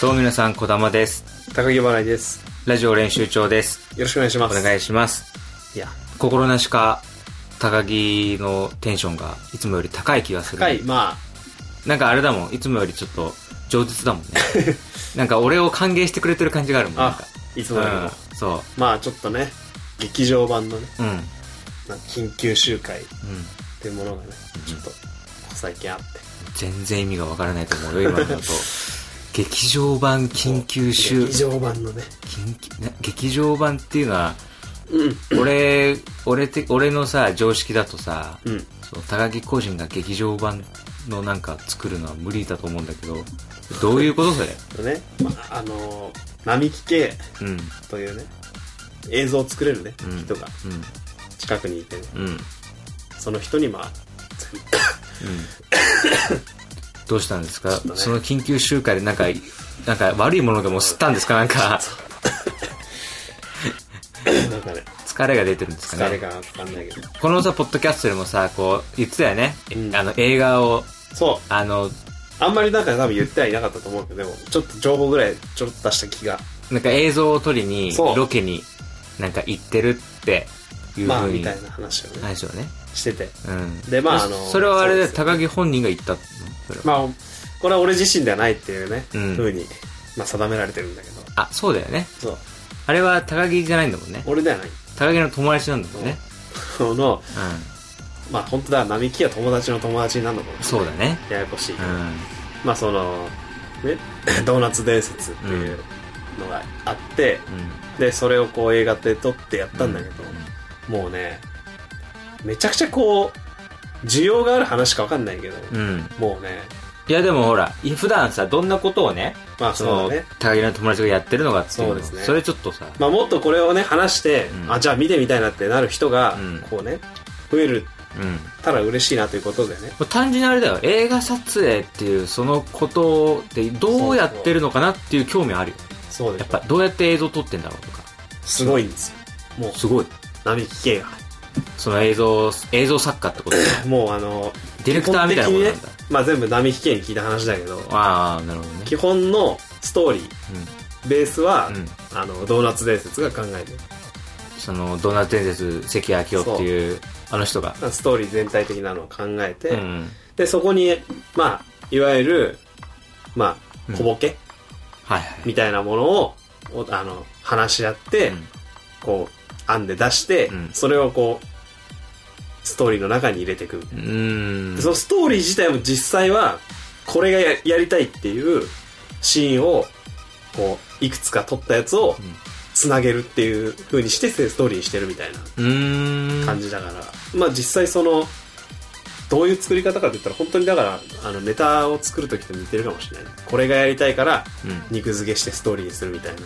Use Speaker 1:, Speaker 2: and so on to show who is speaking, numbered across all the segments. Speaker 1: どうも皆さん、こだまです。
Speaker 2: 高木払いです。
Speaker 1: ラジオ練習長です。
Speaker 2: よろしくお願いしま
Speaker 1: お
Speaker 2: す。
Speaker 1: 願いします。いや、心なしか、高木のテンションがいつもより高い気がする。
Speaker 2: 高い、ま
Speaker 1: なんかあれだもん、いつもよりちょっと、上舌 だもんね。なんか俺を歓迎してくれてる感じがあるもん。なん
Speaker 2: あ
Speaker 1: か、
Speaker 2: あ、いつもよりも。
Speaker 1: うん、そ
Speaker 2: まあちょっとね、劇場版のね、
Speaker 1: う。うん。うん。
Speaker 2: なんか緊急集会っていうものがね、ちょっと、ここ最近あって。
Speaker 1: 全然意味がわからないと思うよ、今のと。 劇場版緊急集、
Speaker 2: 劇場版のね。
Speaker 1: 緊急な劇場版っていうのは、
Speaker 2: うん。
Speaker 1: 俺、俺て、俺のさ、常識だとさ、
Speaker 2: うん。
Speaker 1: そう高木個人が劇場版のなんか作るのは無理だと思うんだけどどういうことそれ
Speaker 2: とね、まああのー、並木系
Speaker 1: うん
Speaker 2: と いうね、映像を作れるね、
Speaker 1: うん
Speaker 2: 人が近くにいてね、
Speaker 1: うんうんうん
Speaker 2: その人にまあ、
Speaker 1: どうしたんです
Speaker 2: ちょ
Speaker 1: か
Speaker 2: っ、とね
Speaker 1: その緊急集会でなんかなんか悪いものでも吸ったんですかなんか
Speaker 2: なんかね、
Speaker 1: 疲れが出てるんですか
Speaker 2: 疲
Speaker 1: ね
Speaker 2: れがわかんないけど。
Speaker 1: このさポッドキャストでもさこう言ってたよね、
Speaker 2: うん
Speaker 1: あの映画を
Speaker 2: そう、
Speaker 1: あの
Speaker 2: あんまりなんか多分言ってはいなかったと思うけど、でも、ちょっと情報ぐらいちょろっと出した気が、
Speaker 1: なんか映像を撮りに
Speaker 2: そう
Speaker 1: ロケになんか行ってるっていう
Speaker 2: まあ、
Speaker 1: ふう
Speaker 2: み
Speaker 1: に
Speaker 2: たいな話をね、
Speaker 1: 話をね、
Speaker 2: してて。
Speaker 1: うん、
Speaker 2: でまああの
Speaker 1: それはあれ
Speaker 2: そう
Speaker 1: で
Speaker 2: です
Speaker 1: 高木本人が言ったのそれは
Speaker 2: まあ、これは俺自身ではないっていうね、
Speaker 1: うん
Speaker 2: 風に、まあ、定められてるんだけど。
Speaker 1: あそうだよね
Speaker 2: そう。
Speaker 1: あれは高木じゃないんだもんね
Speaker 2: 俺ではない。
Speaker 1: 高木の友達なんだもんね
Speaker 2: この、
Speaker 1: う
Speaker 2: まあ、本当だ、並木は友達の友達になるのか
Speaker 1: んそうだね
Speaker 2: な。ややこし
Speaker 1: う
Speaker 2: い。
Speaker 1: ん
Speaker 2: まあ、その、ね、 ドーナツ伝説っていうのがあって、で、それをこう映画で撮ってやったんだけど、もうね、めちゃくちゃこう、需要がある話かわかんないけど、
Speaker 1: うん、うん、
Speaker 2: もうね、
Speaker 1: いやでもほらい普段さどんなことをね
Speaker 2: まあ、
Speaker 1: そ
Speaker 2: そう
Speaker 1: の
Speaker 2: だね。
Speaker 1: 高木の友達がやってるのかっていうの
Speaker 2: そうですね
Speaker 1: それちょっとさ
Speaker 2: まあ、もっとこれをね、話して、
Speaker 1: うん
Speaker 2: あ、じゃあ見てみたいなってなる人が
Speaker 1: うん、
Speaker 2: こうね、増える
Speaker 1: うんも
Speaker 2: たら嬉しいなということでね。
Speaker 1: う単純にあれだよ映画撮影っていうそのことでどうやってるのかなっていう興味あるよ
Speaker 2: そうで
Speaker 1: やっ
Speaker 2: す
Speaker 1: ぱどうやって映像撮ってんだろうとか
Speaker 2: すごいんですよ。もう、
Speaker 1: すごい
Speaker 2: 並木系が。
Speaker 1: その映像映像作家ってことだよ
Speaker 2: もうあの、
Speaker 1: ディレクターみたいなもんなん
Speaker 2: 基
Speaker 1: だ
Speaker 2: 本的にね、まあ全部並木系に聞いた話だけど、
Speaker 1: ああなるほどね
Speaker 2: 基本のストーリー、ベースは、
Speaker 1: うん、うん
Speaker 2: あの、ドーナツ伝説が考えてる。
Speaker 1: そのドーナツ伝説関明夫っていうあの人が、
Speaker 2: まあストーリー全体的なのを考えて、
Speaker 1: うん、
Speaker 2: で、そこに、まあ、いわゆる、ま
Speaker 1: うん
Speaker 2: あ、小ボケ
Speaker 1: はいはい
Speaker 2: みたいなものを、おあの、話し合って、
Speaker 1: うん
Speaker 2: こう、編んで出して、
Speaker 1: うん
Speaker 2: それをこう、ストーリーの中に入れていく。
Speaker 1: うーん
Speaker 2: でそのストーリー自体も実際は、これがややりたいっていうシーンを、こう、いくつか撮ったやつを
Speaker 1: うん
Speaker 2: つなげるっていう風にして、ストーリーにしてるみたいな
Speaker 1: うーん
Speaker 2: 感じだから、まあ実際その、どういう作り方かって言ったら、本当にだから、あの、ネタを作るときと似てるかもしれない。これがやりたいから、
Speaker 1: うん、
Speaker 2: 肉付けしてストーリーにするみたいな。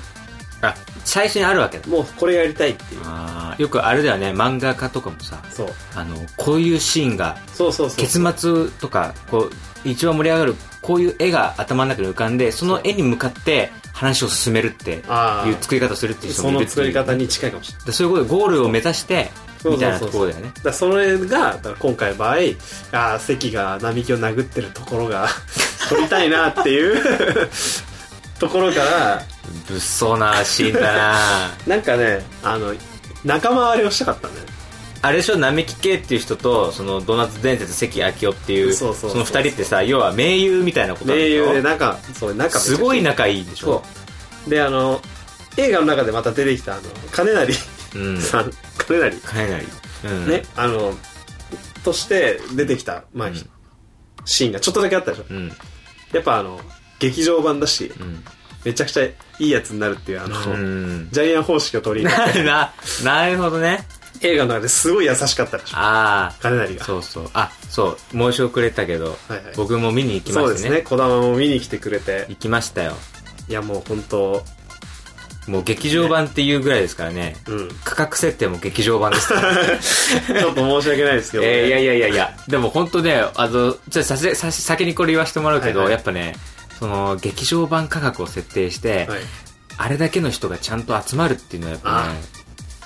Speaker 1: あ最初にあるわけだ
Speaker 2: もう、これやりたいっていう。
Speaker 1: あーよくあれだよね漫画家とかもさ
Speaker 2: そう。
Speaker 1: あのこういうシーンが
Speaker 2: そうそうそう。
Speaker 1: 結末とかこう一番盛り上がるこういう絵が頭の中に浮かんでその絵に向かって話を進めるっていう
Speaker 2: ああ。
Speaker 1: 作り方するっていう人
Speaker 2: そ
Speaker 1: もいるっ
Speaker 2: の
Speaker 1: て
Speaker 2: 作
Speaker 1: い
Speaker 2: り
Speaker 1: うね
Speaker 2: 方に近いかもしれない。
Speaker 1: でそういうことでゴールを目指して
Speaker 2: そう
Speaker 1: み
Speaker 2: そうそうそ
Speaker 1: たい
Speaker 2: う
Speaker 1: なところだよね
Speaker 2: だからそれが、だから今回の場合、あー関が並木を殴ってるところ が、撮りたいなっていうところから、
Speaker 1: 物騒なシーンだな
Speaker 2: なんかね、あの、仲間割れをしたかったんだよね。
Speaker 1: あれでしょ並木圭っていう人とそのドーナツ伝説関明夫っていう
Speaker 2: そうそうそう
Speaker 1: の二人ってさ要は盟友みたいなことなん
Speaker 2: 盟
Speaker 1: でしょ
Speaker 2: 友で仲、そう、仲
Speaker 1: すごい
Speaker 2: な
Speaker 1: 仲いいでしょ
Speaker 2: そう。で、あの、映画の中でまた出てきた、あの、金成
Speaker 1: うん
Speaker 2: さん、金成、
Speaker 1: かなり、うん、
Speaker 2: ね、あの、として出てきた、まあ、
Speaker 1: うん
Speaker 2: シーンがちょっとだけあったでしょ。
Speaker 1: うん
Speaker 2: やっぱあの、劇場版だし、
Speaker 1: うん
Speaker 2: めちゃくちゃいいやつになるっていう、あの、
Speaker 1: うん
Speaker 2: ジャイアン方式を取り入れて、
Speaker 1: ななるほどね
Speaker 2: 映画の中ですごい優しかったでしょ。
Speaker 1: あ
Speaker 2: 金成
Speaker 1: あ
Speaker 2: が。
Speaker 1: そうそうあそう申し遅れたけど、
Speaker 2: はいはい
Speaker 1: 僕も見に行きま
Speaker 2: そうで
Speaker 1: し
Speaker 2: す
Speaker 1: たね
Speaker 2: ね。児玉も見に来てくれて、
Speaker 1: 行きましたよ
Speaker 2: いやもう本当、
Speaker 1: もう劇場版っていうぐらいですからね
Speaker 2: うん。
Speaker 1: 価格設定も劇場版です
Speaker 2: ちょっと申し訳ないですけど、ね
Speaker 1: え ーいやいやいやいや、でも本当ね、あの、ちょっとさせさ先にこれ言わせてもらうけど、
Speaker 2: はいはい
Speaker 1: やっぱね、その、劇場版価格を設定して、
Speaker 2: はい。
Speaker 1: あれだけの人がちゃんと集まるっていうのはやっぱね、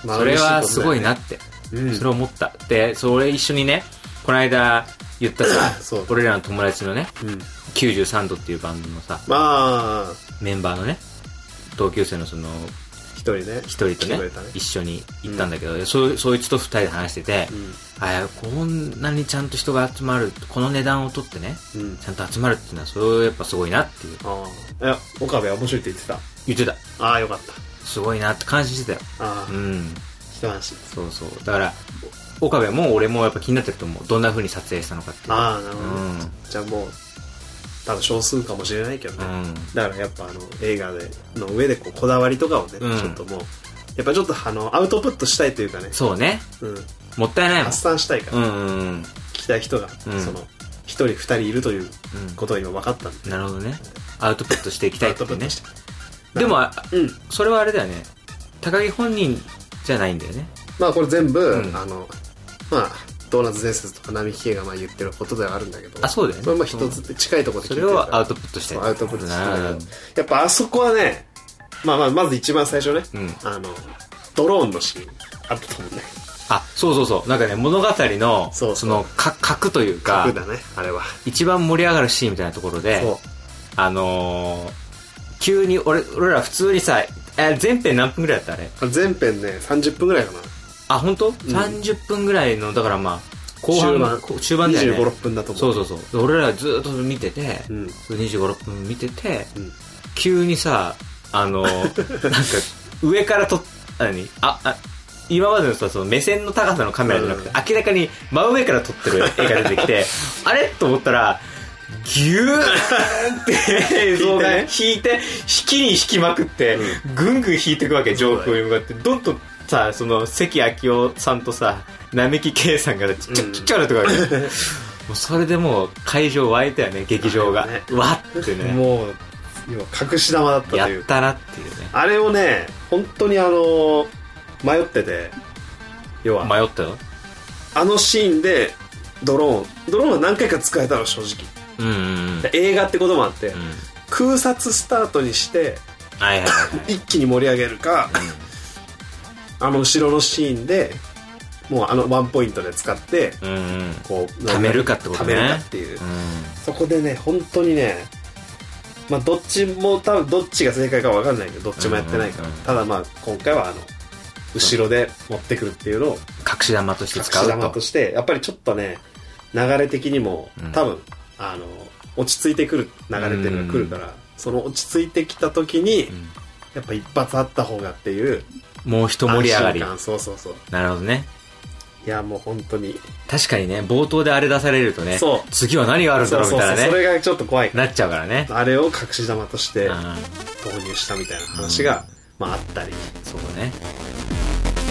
Speaker 2: まあ
Speaker 1: それはすごい。なって、
Speaker 2: 嬉
Speaker 1: そ
Speaker 2: しいこ
Speaker 1: れを思った。で、それ一緒にね、この間言ったさ
Speaker 2: そう、
Speaker 1: 俺らの友達のね、
Speaker 2: とだよねうん。うん。
Speaker 1: 93度っていうバンドのさ、
Speaker 2: まあ、
Speaker 1: メンバーのね同級生のその
Speaker 2: 一人ね。
Speaker 1: 一人とね
Speaker 2: 来てくれたね
Speaker 1: 一緒に行ったんだけど、そそいつと二人で話してて、
Speaker 2: うん。
Speaker 1: あいやこんなにちゃんと人が集まるこの値段を取ってね
Speaker 2: うん。
Speaker 1: ちゃんと集まるっていうのはそれはやっぱすごいなっていう
Speaker 2: ああ。いや、岡部は面白いって言ってた。
Speaker 1: 言ってた
Speaker 2: ああ、よかった。
Speaker 1: すごいなって感心してたよ
Speaker 2: あ
Speaker 1: う
Speaker 2: あ、
Speaker 1: ん
Speaker 2: 一安心。
Speaker 1: そうそうだから岡部も俺もやっぱ気になってると思うどんな風に撮影したのかっていう
Speaker 2: ああ、なるほど。
Speaker 1: うん
Speaker 2: じゃあもう、多分少数かもしれないけどね。
Speaker 1: うん
Speaker 2: だからやっぱあの映画での上でこうこだわりとかをね、
Speaker 1: うん
Speaker 2: ちょっともうやっぱちょっとあのアウトプットしたいというかね、
Speaker 1: そうね
Speaker 2: うん、
Speaker 1: もったいないもん
Speaker 2: 発散したいから、
Speaker 1: うんうんうん
Speaker 2: 聞きたい人が、
Speaker 1: うん
Speaker 2: その一人二人いるということが今分かったんで、
Speaker 1: うんなるほどねアウトプットしていきた
Speaker 2: ア
Speaker 1: いっ
Speaker 2: ウ
Speaker 1: て
Speaker 2: ト
Speaker 1: いう
Speaker 2: プッ
Speaker 1: ね
Speaker 2: トして
Speaker 1: でもあ
Speaker 2: うん
Speaker 1: それはあれだよね高木本人じゃないんだよね
Speaker 2: まあこれ全部、
Speaker 1: うん
Speaker 2: あのまあドーナツ伝説とか並木家がまあ言ってることではあるんだけど
Speaker 1: あそうだよね
Speaker 2: それも一つで近いところで
Speaker 1: そ
Speaker 2: 聞いて
Speaker 1: れ
Speaker 2: るから
Speaker 1: をアウトプットしたい
Speaker 2: そうアウトプットしてるんだけど
Speaker 1: なるほど
Speaker 2: やっぱあそこはねまあまあまず一番最初ね、
Speaker 1: うん
Speaker 2: あのドローンのシーンあったと思うね
Speaker 1: あそうそうそうなんかね物語の
Speaker 2: そうそう
Speaker 1: のか核というか
Speaker 2: 楽だねあれは
Speaker 1: 一番盛り上がるシーンみたいなところで
Speaker 2: そう
Speaker 1: あのー急に俺俺ら普通にさえ前編何分ぐらいだったあれ
Speaker 2: あ前編ね30分ぐらいかな
Speaker 1: あ本当、?30 分ぐらいのだからまあ後
Speaker 2: 中
Speaker 1: 半
Speaker 2: 盤
Speaker 1: こ中盤だよね
Speaker 2: 2 5 6分だと思
Speaker 1: そううそうそうで俺らずーっと見てて、
Speaker 2: うん
Speaker 1: 2 5 6分見てて
Speaker 2: うん
Speaker 1: 急にさあ のーなんか上からと何ああ今までのさその目線の高さのカメラじゃなくて、
Speaker 2: う
Speaker 1: 明らかに真上から撮ってる絵が出てき てあれと思ったらギューンって映像が引いて引きに引きまくって、ぐんぐん引いていくわけ上空に向かってどんどんさその関明夫さんとさ並木圭さんがちっちゃ
Speaker 2: うん
Speaker 1: ちっちゃくなってくるわ け、もうそれでもう会場沸いたよね劇場が、
Speaker 2: ね
Speaker 1: わってね
Speaker 2: もう要は隠し玉だったと
Speaker 1: や
Speaker 2: い
Speaker 1: っ
Speaker 2: う
Speaker 1: たなっていうね
Speaker 2: あれをね本当にあの迷ってて要は
Speaker 1: 迷ったよ
Speaker 2: あのシーンでドローンドローンは何回か使えたの正直
Speaker 1: うんうんうん
Speaker 2: で映画ってこともあって
Speaker 1: うん
Speaker 2: 空撮スタートにして
Speaker 1: はいはいはい
Speaker 2: 一気に盛り上げるかあの後ろのシーンでもうあのワンポイントで使って
Speaker 1: うんうんうん
Speaker 2: こう
Speaker 1: 貯めるかってことね
Speaker 2: 貯めるかっていう
Speaker 1: うん
Speaker 2: そこでね本当にねまあどっちも多分どっちが正解か分かんないけどどっちもやってないから、
Speaker 1: うんうんうん
Speaker 2: ただまあ今回はあの後ろで持ってくるっていうのを
Speaker 1: 隠し玉として
Speaker 2: 隠
Speaker 1: 使う
Speaker 2: し
Speaker 1: と
Speaker 2: 玉としてやっぱりちょっとね流れ的にも
Speaker 1: うん
Speaker 2: 多分、あの落ち着いてくる流れっていうのが来るから、その落ち着いてきた時に、
Speaker 1: うん
Speaker 2: やっぱ一発あった方がっていう
Speaker 1: もう一盛り上がり
Speaker 2: 安心感そうそうそう
Speaker 1: なるほどね
Speaker 2: いやもう本当に
Speaker 1: 確かにね冒頭であれ出されるとね
Speaker 2: そう
Speaker 1: 次は何があるんだ
Speaker 2: そう
Speaker 1: ろう
Speaker 2: そ
Speaker 1: み
Speaker 2: うそ
Speaker 1: た
Speaker 2: う
Speaker 1: いな
Speaker 2: そ
Speaker 1: ね
Speaker 2: れがちょっと怖い
Speaker 1: なっちゃうからね
Speaker 2: あれを隠し玉として
Speaker 1: うん
Speaker 2: 投入したみたいな話が、まああったり
Speaker 1: そうね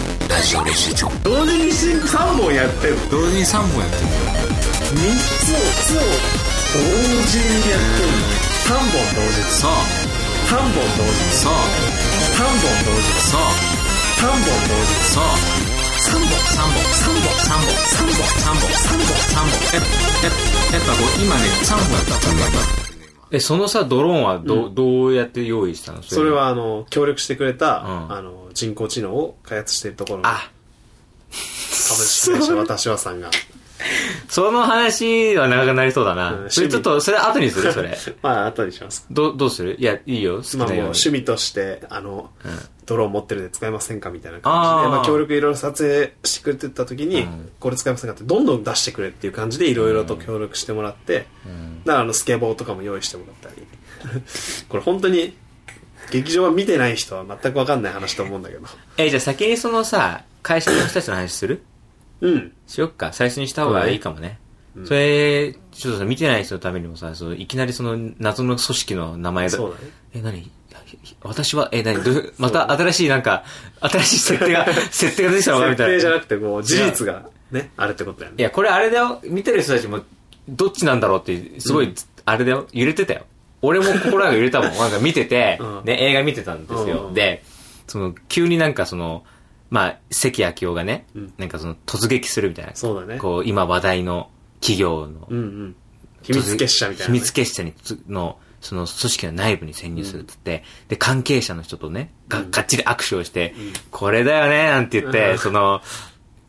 Speaker 1: 同時に3本やってる
Speaker 2: 同時に3本やってる3つを同時にやってる3本同時
Speaker 1: そう
Speaker 2: 3本同時
Speaker 1: そう
Speaker 2: 3本同時
Speaker 1: そう
Speaker 2: 3本同時
Speaker 1: そう3本3本3本3本3本3本3本3本やっぱやっぱこう今ね3本やったえそのさドローンはど,、うどうやって用意したの
Speaker 2: それはあの協力してくれた、
Speaker 1: うん
Speaker 2: あの人工知能を開発しているところの株
Speaker 1: あ
Speaker 2: 式会社私はさんが
Speaker 1: その話は長くなりそうだな、
Speaker 2: うん
Speaker 1: それちょっとそれ後にするそれ
Speaker 2: まあ後にします
Speaker 1: どどうするいやいいよ好き
Speaker 2: まあ
Speaker 1: な
Speaker 2: もう
Speaker 1: ように
Speaker 2: 趣味としてあの、ドローン持ってるんで使えませんかみたいな感じ
Speaker 1: あ
Speaker 2: で
Speaker 1: ー
Speaker 2: まあ、協力いろいろ撮影してくれてた時に、
Speaker 1: うん
Speaker 2: これ使えませんかってどんどん出してくれっていう感じでいろいろと協力してもらって、だからあのスケボーとかも用意してもらったり これ本当に劇場は見てない人は全く分かんない話と思うんだけど
Speaker 1: えじゃあ先にそのさ会社の人たちの話する
Speaker 2: うん
Speaker 1: しよっか最初にした方がいいかもね、それちょっとさ見てない人のためにもさそのいきなりその謎の組織の名前だ
Speaker 2: そうだね
Speaker 1: え何いやいや私はえ何どうまた新しいなんか新しい設定が 設定が出てきたのかな
Speaker 2: 設
Speaker 1: みたいな
Speaker 2: 定じゃなくてもう事実がねあれってことだよ
Speaker 1: い
Speaker 2: ね
Speaker 1: やこれあれだよ見てる人たちもどっちなんだろうってすごい、
Speaker 2: うん
Speaker 1: あれだよ揺れてたよ俺も心が揺れたも んなんか見てて、
Speaker 2: うん
Speaker 1: ね、映画見てたんですよ、
Speaker 2: うん
Speaker 1: でその急になんかそのまあ関明夫がね、
Speaker 2: うん
Speaker 1: なんかその突撃するみたいな
Speaker 2: そうだね
Speaker 1: こう今話題の企業の
Speaker 2: うんうん秘密結社みたいな
Speaker 1: 秘
Speaker 2: ね、
Speaker 1: 密結社につの、その組織の内部に潜入するっつって、で、関係者の人とね、が、がっちり握手をして、これだよね、なんて言って、
Speaker 2: うん
Speaker 1: その、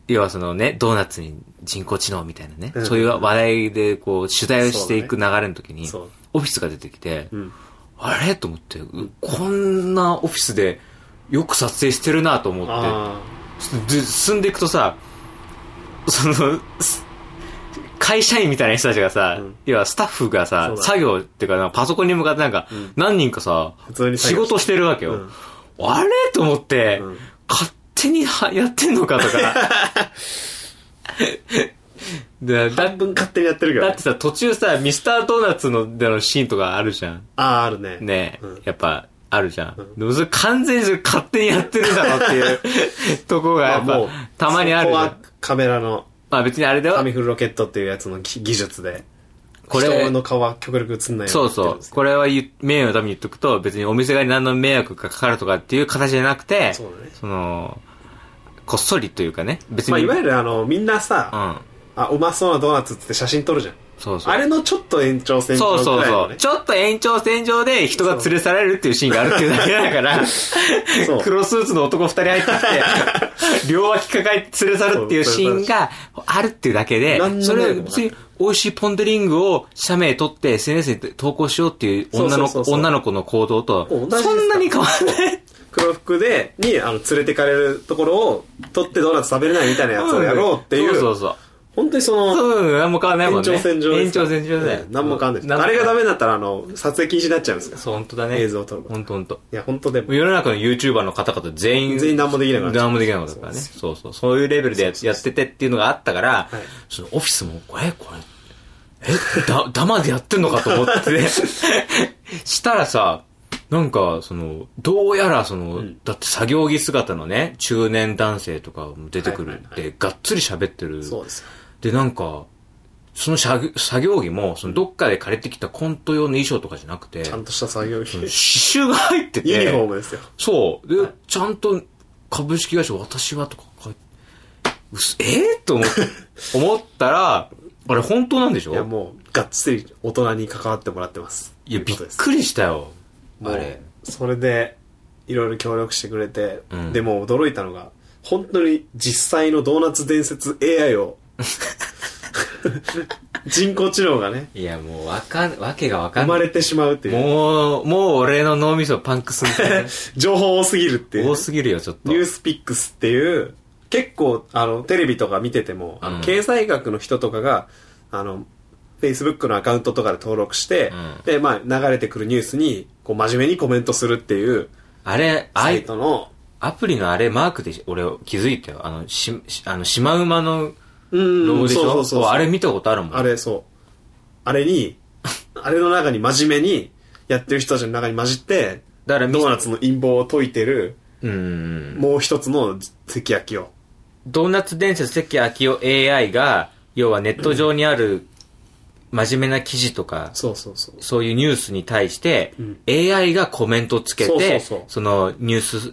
Speaker 1: 要はそのね、ドーナツに人工知能みたいなね、
Speaker 2: うん
Speaker 1: そういう話題でこう、取材をしていく流れの時に、
Speaker 2: そうだね
Speaker 1: オフィスが出てきて、
Speaker 2: うん
Speaker 1: ああれと思ってうこんなオフィスでよく撮影してるなと思っ
Speaker 2: あ
Speaker 1: てで進んでいくとさそのす会社員みたいな人たちがさ、
Speaker 2: うん
Speaker 1: 要はスタッフがさ
Speaker 2: そう、だ
Speaker 1: 作業っていうかなんかパソコンに向かってなんか、
Speaker 2: うん
Speaker 1: 何人かさ
Speaker 2: 普通に
Speaker 1: 仕
Speaker 2: 作業して
Speaker 1: 事してるわけよ、
Speaker 2: うん
Speaker 1: あれと思って、
Speaker 2: うん
Speaker 1: 勝手にはやってんのかと かで
Speaker 2: あ
Speaker 1: だ
Speaker 2: 半分勝手にやってるけど
Speaker 1: だ
Speaker 2: ね
Speaker 1: ってさ、途中さ、ミスタードーナツのでのシーンとかあるじゃん。
Speaker 2: あああるね
Speaker 1: ねえ、
Speaker 2: うん
Speaker 1: やっぱ、あるじゃん。
Speaker 2: ん
Speaker 1: でもそれ完全にそれ勝手にやってるだろっていう とこがやっ
Speaker 2: まあも
Speaker 1: ぱ
Speaker 2: う、
Speaker 1: たまにあるじ
Speaker 2: そこ
Speaker 1: ゃん
Speaker 2: はカメラの
Speaker 1: まあ別にあれ だ
Speaker 2: タミ
Speaker 1: よ。
Speaker 2: フルロケットっていうやつの技技術で
Speaker 1: これ
Speaker 2: 人の顔は極力映んないよ
Speaker 1: そう
Speaker 2: にやっ
Speaker 1: そ
Speaker 2: てるん
Speaker 1: う
Speaker 2: です。けど
Speaker 1: これは言う名誉のために言っとくと、別にお店側に何の迷惑がかかるとかっていう形じゃなくて、
Speaker 2: そうだね
Speaker 1: の、こっそりというかね、別に。
Speaker 2: まあ、いわゆるあのみんなさ、
Speaker 1: うん。
Speaker 2: あうまそうなドーナツっつって写真撮るじゃん
Speaker 1: そうそう。
Speaker 2: あれのちょっと延長線
Speaker 1: そ
Speaker 2: 上
Speaker 1: う
Speaker 2: く
Speaker 1: そう
Speaker 2: らい
Speaker 1: そ
Speaker 2: の
Speaker 1: う。
Speaker 2: ね
Speaker 1: ちょっと延長線上で人が連れ去られるっていうシーンがあるっていうだけだから、
Speaker 2: そ う
Speaker 1: 黒スーツの男二人入って きて、両脇抱えて連れ去るっていうシーンがあるっていうだけで
Speaker 2: 何、の
Speaker 1: それは
Speaker 2: 迷惑もない
Speaker 1: 別に美味しいポンデリングを社名取って SNS に投稿しようっていう女の
Speaker 2: そうそうそうそう
Speaker 1: 女の子の行動と、
Speaker 2: 同じですか
Speaker 1: そ
Speaker 2: ら
Speaker 1: んなに変わんない。
Speaker 2: 黒服でにあの連れてかれるところを撮ってドーナツ食べれないみたいなやつをやろうっていう、
Speaker 1: そうそう
Speaker 2: 本当にそ
Speaker 1: そう。
Speaker 2: の
Speaker 1: うん、何も変わんないも
Speaker 2: 延
Speaker 1: んね。
Speaker 2: 長線上で
Speaker 1: 延
Speaker 2: すから
Speaker 1: 長線上だよ
Speaker 2: う。ん何も変わんないですあれがダメになったらあの撮影禁止になっちゃうんですよ
Speaker 1: そう、本当だね。
Speaker 2: 映像を撮ること
Speaker 1: 本当本当。
Speaker 2: いや本当でも
Speaker 1: 世の中の YouTuber の方々全員。
Speaker 2: 全員何もできなくなっちゃう
Speaker 1: 何もできなかったからね。そうそう。そういうレベルでややっててっていうのがあったから
Speaker 2: はい、
Speaker 1: そのオフィスも、え、これ、え、だ、 ダマでやってんのかと思って。 したらさ、なんか、その、どうやら、その、だって作業着姿のね、中年男性とかも出てくるっ
Speaker 2: はいはい
Speaker 1: て、がっつり喋ってる。
Speaker 2: そうですよ
Speaker 1: で、なんか、その作作業着も、そのどっかで借りてきたコント用の衣装とかじゃなくて、
Speaker 2: ちゃんとした作業着、
Speaker 1: 刺繍が入ってて、
Speaker 2: ユニフォームですよ
Speaker 1: そう。で、ちゃんと株式会社私はとか書いて、うすえー、と思っ 思ったら、あれ本当なんでしょ
Speaker 2: いやもうがっつり大人に関わってもらってます
Speaker 1: いや
Speaker 2: と
Speaker 1: び
Speaker 2: い
Speaker 1: っ
Speaker 2: うことです
Speaker 1: くりしたよ。
Speaker 2: も
Speaker 1: あ
Speaker 2: う
Speaker 1: れ。
Speaker 2: それでいろいろ協力してくれて、
Speaker 1: うん
Speaker 2: でも驚いたのが本当に実際のドーナツ伝説 AI を人工知能がね
Speaker 1: いや、もうわかん、わけがわか
Speaker 2: 生
Speaker 1: んな
Speaker 2: ま
Speaker 1: い。
Speaker 2: れてしまうっていう
Speaker 1: もう、もう俺の脳みそパンクすんだね
Speaker 2: 情報多すぎるっていう
Speaker 1: 多すぎるよ、ちょっと。
Speaker 2: ニュースピックスっていう結構あのテレビとか見ててもあの、
Speaker 1: うん
Speaker 2: 経済学の人とかがあの Facebook のアカウントとかで登録して、
Speaker 1: うん
Speaker 2: で、まあ、流れてくるニュースにこう真面目にコメントするっていう
Speaker 1: あれ、あ
Speaker 2: サイ
Speaker 1: い、
Speaker 2: トの
Speaker 1: アプリのあれマークで俺気づいたよ。あの、し、しあの、シマウマの
Speaker 2: うん
Speaker 1: ロゴでしょ、
Speaker 2: そうそうそうそう
Speaker 1: あれ見たことあるもん。
Speaker 2: あれ、そう。あ れに、あれの中に真面目に、やってる人たちの中に混じって、
Speaker 1: だから
Speaker 2: ド
Speaker 1: み
Speaker 2: ーナツの陰謀を解いてる、
Speaker 1: うん。
Speaker 2: もう一つの関焼きを。
Speaker 1: ドーナツ伝説関昭夫 AI が、要はネット上にある真面目な記事とか、
Speaker 2: そうそうそう。
Speaker 1: そういうニュースに対して、
Speaker 2: うん
Speaker 1: AI がコメントをつけて、
Speaker 2: そうそうそう
Speaker 1: のニュース、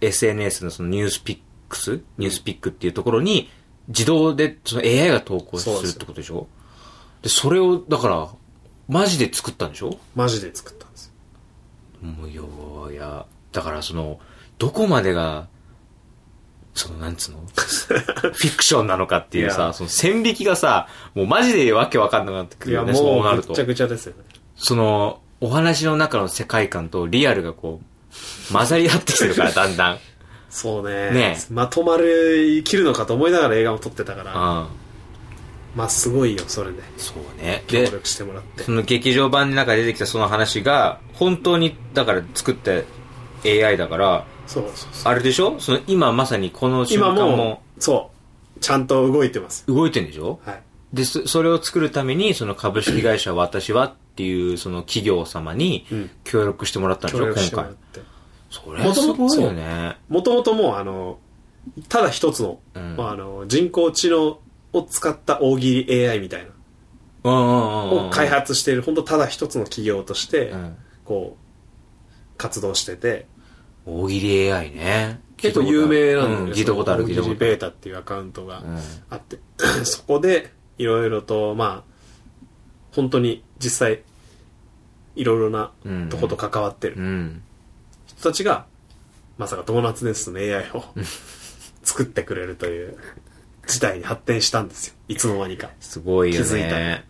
Speaker 1: SNS のそのニュースピックス、ニュースピックっていうところに、自動でその AI が投稿す
Speaker 2: そうで
Speaker 1: る
Speaker 2: す
Speaker 1: ってことでしょで、それを、だから、マジで作ったんでしょ
Speaker 2: マジで作ったんですよ。
Speaker 1: もうよや、だからその、どこまでが、その、なんつう のフィクションなのかっていう
Speaker 2: い
Speaker 1: さ、
Speaker 2: や
Speaker 1: その線引きがさ、もうマジでわけわかんなくなってく
Speaker 2: い
Speaker 1: る
Speaker 2: や、
Speaker 1: よね、そう
Speaker 2: も
Speaker 1: な
Speaker 2: う、
Speaker 1: る
Speaker 2: ぐっ
Speaker 1: と
Speaker 2: ち。ゃぐちゃですよね。
Speaker 1: その、お話の中の世界観とリアルがこう、混ざり合ってきてる から、だんだん。
Speaker 2: そうね。
Speaker 1: ね
Speaker 2: まとまる、切るのかと思いながら映画も撮ってたから、
Speaker 1: うん。
Speaker 2: まあ、すごいよ、それで。
Speaker 1: そうね。
Speaker 2: 協
Speaker 1: で、
Speaker 2: 力してもらって
Speaker 1: そ。の劇場版の中で出てきたその話が、本当に、だから作った AI だから、
Speaker 2: そうそうそう。
Speaker 1: あれでしょその今まさにこの瞬
Speaker 2: 今
Speaker 1: 間
Speaker 2: も
Speaker 1: も
Speaker 2: そう。ちゃんと動いてます。
Speaker 1: 動いてるんでしょ
Speaker 2: はい。
Speaker 1: で、そそれを作るために、その株式会社私はっていう、その企業様に
Speaker 2: うん
Speaker 1: 協力してもらったんでし
Speaker 2: 協
Speaker 1: ょ、
Speaker 2: 力しても
Speaker 1: 今
Speaker 2: ら
Speaker 1: 回
Speaker 2: っ。て。
Speaker 1: それはすごいよね。
Speaker 2: もともともうあの、ただ一つの、
Speaker 1: うん
Speaker 2: まあ、あの人工知能を使った大喜利 AI みたいな、
Speaker 1: うんうんうんうん。
Speaker 2: を開発している、本当ただ一つの企業として、
Speaker 1: うん
Speaker 2: こう、活動してて、
Speaker 1: 大喜利 AI ね。
Speaker 2: 結構有名な
Speaker 1: うんん
Speaker 2: で、
Speaker 1: 聞いたことある、
Speaker 2: そ
Speaker 1: 聞い
Speaker 2: の
Speaker 1: た
Speaker 2: 大喜
Speaker 1: こ
Speaker 2: 利
Speaker 1: とあ
Speaker 2: ベ
Speaker 1: る。
Speaker 2: ータっていうアカウントが
Speaker 1: うん
Speaker 2: あって、 そこで、いろいろと、まあ、本当に実際、いろいろな
Speaker 1: うん
Speaker 2: とこと関わってる
Speaker 1: うん。
Speaker 2: 人たちが、まさかドーナツネスの AI を 作ってくれるという事態に発展したんですよ。いつの間にか。
Speaker 1: すごいよね。
Speaker 2: 気づい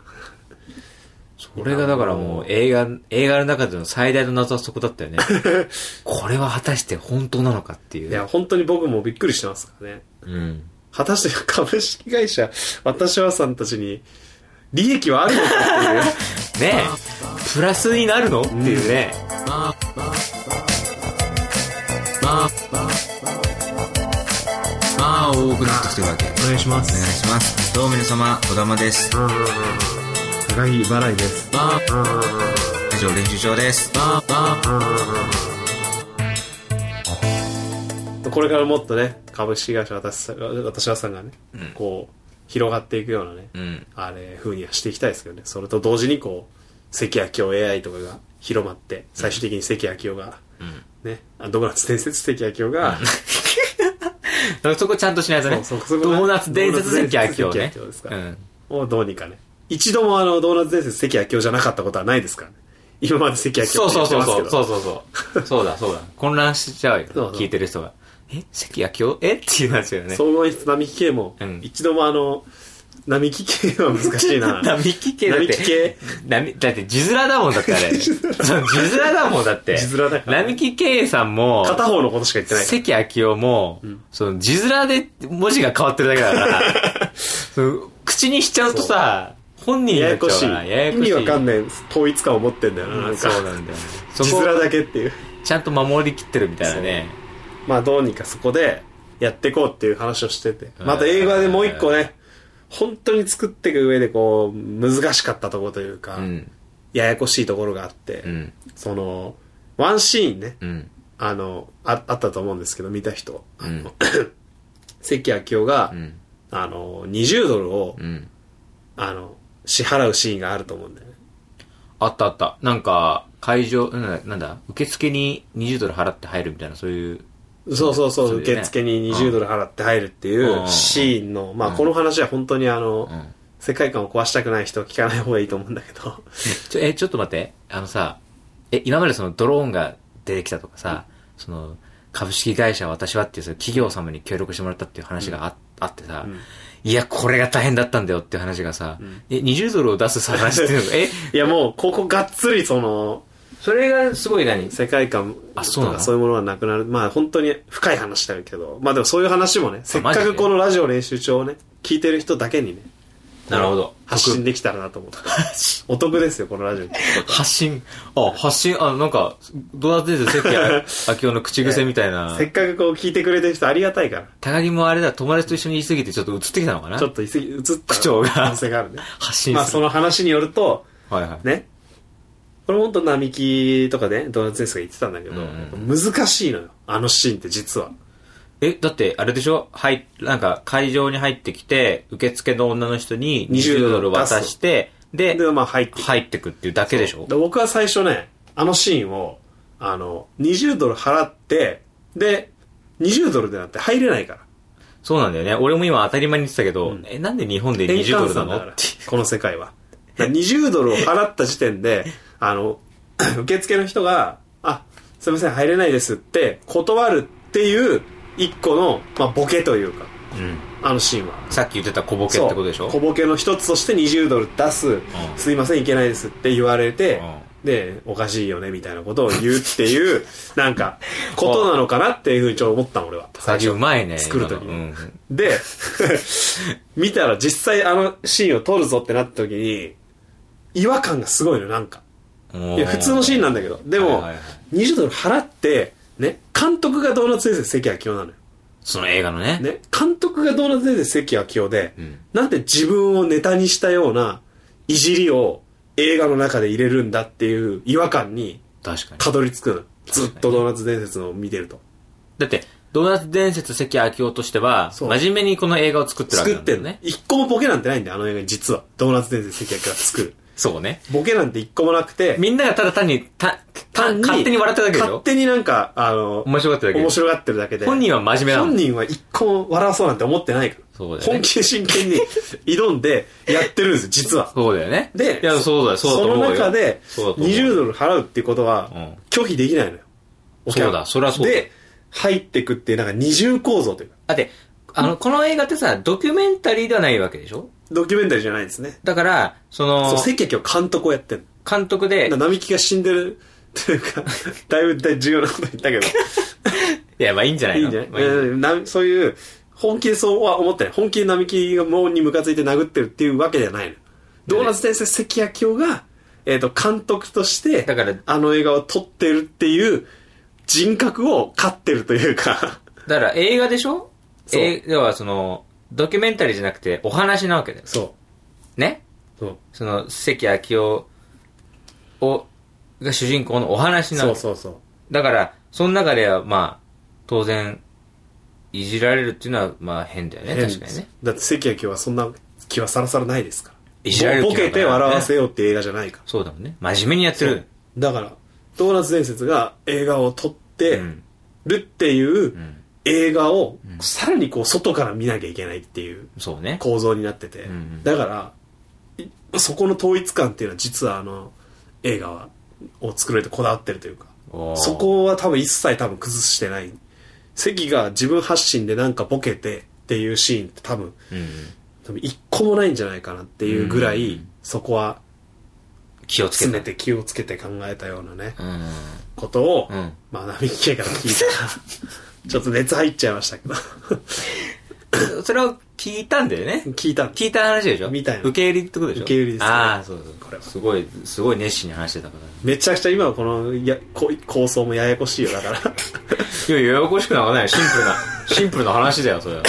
Speaker 1: それがだからもう映画、映画の中での最大の謎はそこだ ったよね。これは果たして本当なのかっていう。
Speaker 2: いや、本当に僕もびっくりしてますからね。
Speaker 1: うん。
Speaker 2: 果たして株式会社、私はさんたちに、利益はあるのかっていう。
Speaker 1: ねえ、プラスになるのっていうね。
Speaker 3: ああ、多くなってきてるわけ。 お願いします。お願いします。どうも皆様、小玉です。高木払いです。以上、練習場です。
Speaker 2: これからもっとね、株式会社私さん私はさんがね、こう、広がっていくようなね、
Speaker 3: うん。
Speaker 2: あれ、風にはしていきたいですけどね。それと同時にこう、関明夫 AI とかが広まって、最終的に関明夫が、ね、あドーナツ伝説関明夫
Speaker 1: だか
Speaker 2: が、
Speaker 1: らそこちゃんとしないとね。
Speaker 2: そ
Speaker 1: ド
Speaker 2: うそこが
Speaker 1: ーナツ伝説的
Speaker 2: ドーナ
Speaker 1: 愛
Speaker 2: ツ伝
Speaker 1: 嬌
Speaker 2: 説
Speaker 1: ね
Speaker 2: 的愛嬌です。か
Speaker 1: うん。
Speaker 2: をどうにかね。一度もあの、ドーナツ伝説関明夫じゃなかったことはないですからね。今まで関明夫。
Speaker 1: そうそうそうそう。そううそうそう。そうだそうだ。混乱しちゃうよ。
Speaker 2: そうそう
Speaker 1: 聞いてる人が。え関野京えっていう話だよね。
Speaker 2: 総合演出並木系も、
Speaker 1: うん
Speaker 2: 一度もあの、並木系は難しい な。
Speaker 1: 並木系だって。
Speaker 2: 並木系
Speaker 1: 並だって、字面だもんだってあ れ。そう字面だもんだって。
Speaker 2: 字面だから
Speaker 1: 並木圭さんも、
Speaker 2: 片方のことしか言ってない。
Speaker 1: 関明夫も、その字面で文字が変わってるだけだ から、その口にしちゃうとさ、本人に
Speaker 2: や
Speaker 1: な
Speaker 2: や
Speaker 1: っち
Speaker 2: こ
Speaker 1: ゃう
Speaker 2: しい。
Speaker 1: から、ややこしい。
Speaker 2: 意味わかんない統一感を持ってんだよな、なんか。
Speaker 1: そうなんだよ。そ
Speaker 2: 字
Speaker 1: こ
Speaker 2: 面だけっていう。
Speaker 1: ちゃんと守りきってるみたいなね。
Speaker 2: まあどうにかそこでやっていこうっていう話をしてて。
Speaker 1: ん
Speaker 2: また映画でもう一個ね、本当に作っていく上でこう、難しかったところというか、
Speaker 1: うん。
Speaker 2: ややこしいところがあって、
Speaker 1: うん。
Speaker 2: その、ワンシーンね、
Speaker 1: うん。
Speaker 2: あの、ああったと思うんですけど、見た人。
Speaker 1: うん。
Speaker 2: 関明夫が、
Speaker 1: うん。
Speaker 2: あの、20ドルを、
Speaker 1: うん。
Speaker 2: あの、支払うシーンがあると思うんだよね。
Speaker 1: あったあった。なんか、会場、なんだなんだ、受付に20ドル払って入るみたいな、そういう。
Speaker 2: そうそうそ
Speaker 1: そう
Speaker 2: う、
Speaker 1: だよ
Speaker 2: 受
Speaker 1: ね
Speaker 2: 付に20ドル払って入るっていうシーンの、まあこの話は本当にあの、
Speaker 1: うん。
Speaker 2: 世界観を壊したくない人は聞かない方がいいと思うんだけど、
Speaker 1: ちょ、え、ちょっと待って。あのさ、え、今までそのドローンが出てきたとかさ、その、株式会社私はっていうその企業様に協力してもらったっていう話があ,、あってさ、いや、これが大変だったんだよっていう話がさ、え、20ドルを出すさ話っていう のが、え、
Speaker 2: いやもうここがっつりその、
Speaker 1: それがすごい何
Speaker 2: 世界観
Speaker 1: あそう
Speaker 2: と
Speaker 1: な
Speaker 2: か
Speaker 1: の
Speaker 2: そういうものがなくなる。まあ本当に深い話だけど、まあでもそういう話もね、せっか
Speaker 1: マジで
Speaker 2: くこのラジオ練習帳をね、聞いてる人だけにね、
Speaker 1: なるほど。
Speaker 2: 発信できたらなと思って。 お得ですよ、このラジオ。
Speaker 1: 発信、あ、発信、あ、なんか、ドアテーズ関 明夫の口癖みたいな
Speaker 2: せ。っかくこう聞いてくれてる人ありがたいから、
Speaker 1: 高木もあれだ、友達と一緒にいすぎてちょっと映ってきたのかな
Speaker 2: ちょっと移籍移った
Speaker 1: 口調が
Speaker 2: 可能性があるね。
Speaker 1: 発信
Speaker 2: まあ
Speaker 1: す
Speaker 2: そ
Speaker 1: る。
Speaker 2: の話によると、
Speaker 1: はいはい。
Speaker 2: ね、これも本当並木とかね、ドーナツ先生が言ってたんだけど、
Speaker 1: うん
Speaker 2: 難しいのよ、あのシーンって実は。
Speaker 1: え、だって、あれでしょはい、なんか、会場に入ってきて、受付の女の人に
Speaker 2: 20
Speaker 1: 20ドル渡して、で、
Speaker 2: で、まあ入っていく
Speaker 1: 入ってくっていうだけでしょ
Speaker 2: で僕は最初ね、あのシーンを、あの、20ドル払って、で、20ドルでなんて入れないから。
Speaker 1: そうなんだよね。俺も今当たり前に言ってたけど、え、なんで日本で20ドルな
Speaker 2: 円換算だか
Speaker 1: の
Speaker 2: らこの世界は。だから20ドルを払った時点で、あの、 受付の人が、あ、すいません、入れないですって、断るっていう、一個の、まあ、ボケというか、
Speaker 1: うん。
Speaker 2: あのシーンは。
Speaker 1: さっき言ってた小ボケってことでしょ
Speaker 2: そう小ボケの一つとして20ドル出す、すいませんいけないですって言われて、でおかしいよねみたいなことを言うっていう なんかことなのかなっていうふうにちょっと思ったの俺は
Speaker 1: 高木うまいね。
Speaker 2: 作る時に
Speaker 1: 今のうん
Speaker 2: で 見たら実際あのシーンを撮るぞってなった時に違和感がすごいのなんか
Speaker 1: うん
Speaker 2: いや普通のシーンなんだけどで
Speaker 1: は
Speaker 2: も、
Speaker 1: いはいはい
Speaker 2: 20ドル払ってね監督がドーナツ先生関明夫なのよ
Speaker 1: その映画のね。
Speaker 2: ね、監督がドーナツ先生関明夫で、
Speaker 1: ん
Speaker 2: なんで自分をネタにしたようないじりを映画の中で入れるんだっていう違和感に
Speaker 1: 確かに。
Speaker 2: たどり着くの。ずっとドーナツ伝説のを見てると。
Speaker 1: だって、ドーナツ伝説関明夫としては、
Speaker 2: そう
Speaker 1: 真面目にこの映画を作ってるわけ
Speaker 2: 作
Speaker 1: な
Speaker 2: っ
Speaker 1: んだ
Speaker 2: て
Speaker 1: よ
Speaker 2: んの
Speaker 1: ね。。
Speaker 2: 一個もボケなんてないんだよ、あの映画に実は。ドーナツ伝説関明夫が作る。
Speaker 1: そうね。
Speaker 2: ボケなんて一個もなくて、
Speaker 1: みんながただ単に、た、た、
Speaker 2: 単に
Speaker 1: 勝手に笑っただけでしょ
Speaker 2: 勝手になんか、あの、
Speaker 1: 面白かっただけで
Speaker 2: 面白がってるだけで。
Speaker 1: 本人は真面目なの
Speaker 2: 本人は一個も笑わそうなんて思ってないから。
Speaker 1: そうだよね
Speaker 2: 本気で真剣に挑んでやってるんですよ、実は。
Speaker 1: そうだよね。
Speaker 2: で、
Speaker 1: いや、そうだよ、そうだと思うよ。
Speaker 2: その中で、
Speaker 1: そうだと思う
Speaker 2: 20ドル払うっていうことは
Speaker 1: うん、
Speaker 2: 拒否できないのよ。お客
Speaker 1: そうだそりゃそうだ
Speaker 2: で、入ってくっていう、なんか二重構造というか。
Speaker 1: だって、あの、この映画ってさ、ドキュメンタリーではないわけでしょ
Speaker 2: ドキュメンタリーじゃないですね
Speaker 1: だから、その
Speaker 2: そう、赤壁を監督をやってんの
Speaker 1: 監督で
Speaker 2: だ、から並木が死んでるっていうかだいぶ大重要なこと言ったけど
Speaker 1: いや、まあいいんじゃない
Speaker 2: い
Speaker 1: の
Speaker 2: いんじゃない、
Speaker 1: まあいいんじゃない
Speaker 2: うんなそういう本気でそうは思ってない本気で並木が門にムカついて殴ってるっていうわけじゃないのドーナツ伝説関谷京が、えー、と監督として
Speaker 1: だから
Speaker 2: あの映画を撮ってるっていう人格を飼ってるというか
Speaker 1: だから映画でしょ
Speaker 2: そう
Speaker 1: え要はその、ドキュメンタリーじゃなくてお話なわけだよ。
Speaker 2: そ
Speaker 1: ね
Speaker 2: うそう
Speaker 1: その、関明夫を、が主人公のお話な
Speaker 2: そ
Speaker 1: わ
Speaker 2: う
Speaker 1: け。
Speaker 2: そうそう
Speaker 1: だから、その中では、まあ、当然、いじられるっていうのは、まあ変だよね、
Speaker 2: 変で
Speaker 1: 確
Speaker 2: す
Speaker 1: かにね。
Speaker 2: だって関谷京はそんな気はさらさらないですから
Speaker 1: いじられる気
Speaker 2: ボ
Speaker 1: はない
Speaker 2: ケて笑わせようっていう映画じゃないから
Speaker 1: そうだもんね。真面目にやってる。
Speaker 2: だからドーナツ伝説が映画を撮って、
Speaker 1: うん。
Speaker 2: るっていう
Speaker 1: うん。
Speaker 2: 映画を
Speaker 1: ん
Speaker 2: さらにこう外から見なきゃいけないっていう
Speaker 1: そうね。
Speaker 2: 構造になってて、
Speaker 1: うんうん
Speaker 2: だからいそこの統一感っていうのは実はあの映画はを作れてこだわってるというか
Speaker 1: おー
Speaker 2: そこは多分一切多分崩してない関が自分発信でなんかボケてっていうシーンって多分
Speaker 1: うん。
Speaker 2: 多分一個もないんじゃないかなっていうぐらい、
Speaker 1: うん
Speaker 2: そこは
Speaker 1: 気をつけ
Speaker 2: 詰
Speaker 1: て
Speaker 2: め。て気をつけて考えたようなね
Speaker 1: うん。
Speaker 2: ことを、
Speaker 1: うん。
Speaker 2: まあ並木家から聞いたら ちょっと熱入っちゃいましたけど
Speaker 1: それを聞いたんだよね。
Speaker 2: 聞いたんです
Speaker 1: 聞いた話でしょ
Speaker 2: みたいな
Speaker 1: 受け入れってことでしょ
Speaker 2: 受け入れですね
Speaker 1: ああ、そうそう。
Speaker 2: これは
Speaker 1: すごい、すごい熱心に話してたか
Speaker 2: めちゃくちゃ今のこのやこ構想もややこしいよだから
Speaker 1: ら。いや、ややこしくなんかない。シンプ ルな、シンプルな話だよ、それは。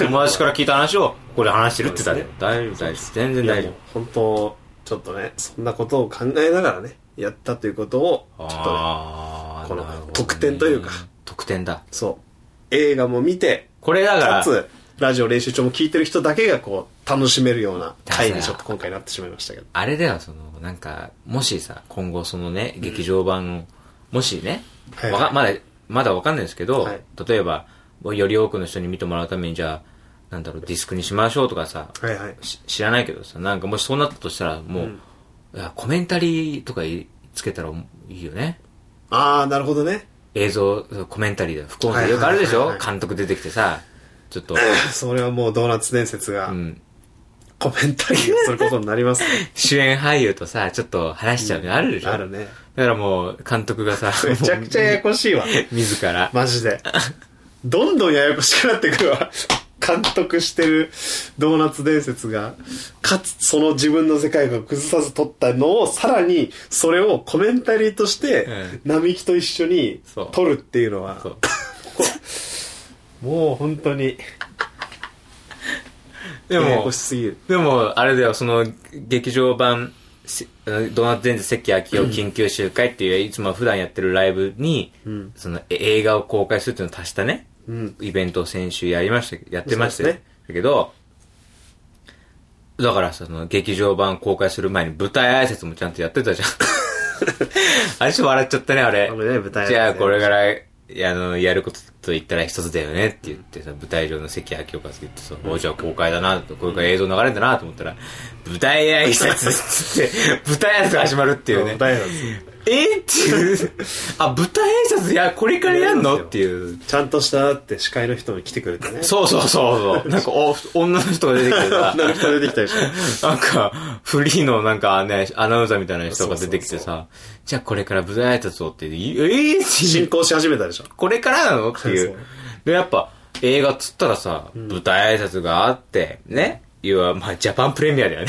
Speaker 1: 友達から聞いた話を、ここで話してるって言ってたよ。大丈夫、大丈夫。全 然
Speaker 2: いや
Speaker 1: 大
Speaker 2: も
Speaker 1: 丈
Speaker 2: う本当ちょっとねそんなことを考えながらねやったということをちょ
Speaker 1: 夫。
Speaker 2: っと、ね、
Speaker 1: ああ、
Speaker 2: この
Speaker 1: なるほどね
Speaker 2: 特典というか。
Speaker 1: 特典だ。
Speaker 2: そう映画も見て
Speaker 1: これだか、
Speaker 2: からつラジオ練習帳も聞いてる人だけがこう楽しめるような回に
Speaker 1: だ
Speaker 2: ち
Speaker 1: から
Speaker 2: ょっと今回なってしまいましたけど
Speaker 1: あれだよ、その、なんか、もしさ、今後そのね、劇場版を、もしね、
Speaker 2: はい
Speaker 1: わかまだ、まだわかんないですけど、
Speaker 2: はい
Speaker 1: 例えば、より多くの人に見てもらうために、じゃあ、なんだろう、ディスクにしましょうとかさ、
Speaker 2: はいはい
Speaker 1: し知らないけどさ、なんかもしそうなったとしたら、もう、いやコメンタリーとかいつけたらいいよね。
Speaker 2: ああなるほどね
Speaker 1: 映像、コメンタリーだよ。副音声よくあるでし
Speaker 2: はいはいはい
Speaker 1: ょ
Speaker 2: はい
Speaker 1: 監督出てきてさ、ちょ っと、
Speaker 2: それはもうドーナツ伝説が
Speaker 1: うん、
Speaker 2: コメンタ リーをすることになりますね、
Speaker 1: 主演俳優とさ、ちょっと話しちゃうのあるでしょ、
Speaker 2: あるね
Speaker 1: だからもう、監督がさ、
Speaker 2: めちゃくちゃややこしいわ
Speaker 1: 自ら。
Speaker 2: マジで。どんどんややこしくなってくるわ。監督してるドーナツ伝説が、かつその自分の世界観を崩さず撮ったのを、さらにそれをコメンタリーとして
Speaker 1: うん、
Speaker 2: 並木と一緒に
Speaker 1: そう
Speaker 2: 撮るっていうのは、
Speaker 1: そう。
Speaker 2: もう本当に、
Speaker 1: で
Speaker 2: やや
Speaker 1: も
Speaker 2: こし、すぎる。
Speaker 1: でも、あれだよ、その、劇場版、せあのドーナツ伝説関明夫緊急集会っていう、いつも普段やってるライブに、
Speaker 2: ん
Speaker 1: その、え映画を公開するっていうのを足したね、
Speaker 2: うん。
Speaker 1: イベントを先週やりました、やってましたよ
Speaker 2: そうです
Speaker 1: だけど、だからその、劇場版公開する前に舞台挨拶もちゃんとやってたじゃ ん。あれちょっと笑っちゃったね、あれ。
Speaker 2: あのね舞台挨拶
Speaker 1: じゃあ、これから、いやあの、やることと言ったら一つだよねって言ってさ、舞台上の関明夫が言ってさ、おじゃあ公開だなと、これから映像流れるんだなと思ったら、舞台挨拶っつって、 舞台挨拶が始まるっていうね。
Speaker 2: 舞台挨拶
Speaker 1: えーっていう。あ、舞台挨拶や、これからやん
Speaker 2: や
Speaker 1: の
Speaker 2: る
Speaker 1: っ
Speaker 2: ん
Speaker 1: て
Speaker 2: です
Speaker 1: いう。
Speaker 2: ちゃんとしたって司会の人も来てくれてね。
Speaker 1: そうそうそう そう。なんかお、女の人が出てきて さ、
Speaker 2: 女の人出てきたでしょ。
Speaker 1: なんか、フリーのなんかね、アナウンサーみたいな人が出てきて
Speaker 2: そうそう
Speaker 1: さ、じゃあこれから舞台挨拶をって、えーってい
Speaker 2: 進
Speaker 1: う、
Speaker 2: 行し始めたでしょ。
Speaker 1: これからなのってい
Speaker 2: そう
Speaker 1: う
Speaker 2: そう。
Speaker 1: で、やっぱ、映画っつったらさ、舞台挨拶があって、ね、いわまあ、ジャパンプレミアだ よね。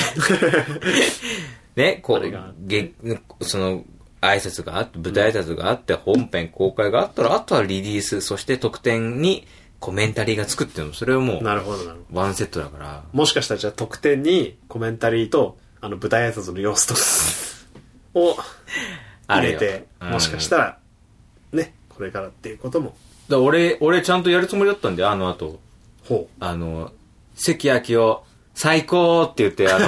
Speaker 1: ね、こ
Speaker 2: あれが
Speaker 1: う、げ、その、挨拶があって、舞台挨拶があって、本編公開があったら、あとはリリース、そして特典にコメンタリーがつくっていうのも、それはもう、
Speaker 2: なるほど、なるほど。
Speaker 1: ワンセットだから。
Speaker 2: もしかしたらじゃあ特典にコメンタリーとあの舞台挨拶の様子とかを
Speaker 1: あ
Speaker 2: 入
Speaker 1: る
Speaker 2: れ
Speaker 1: よ
Speaker 2: て、
Speaker 1: うん
Speaker 2: もしかしたらね、これからっていうことも、
Speaker 1: だから俺、俺ちゃんとやるつもりだったんだよ、あの後。
Speaker 2: ほう。
Speaker 1: あの、関明夫、最高って言って、あの、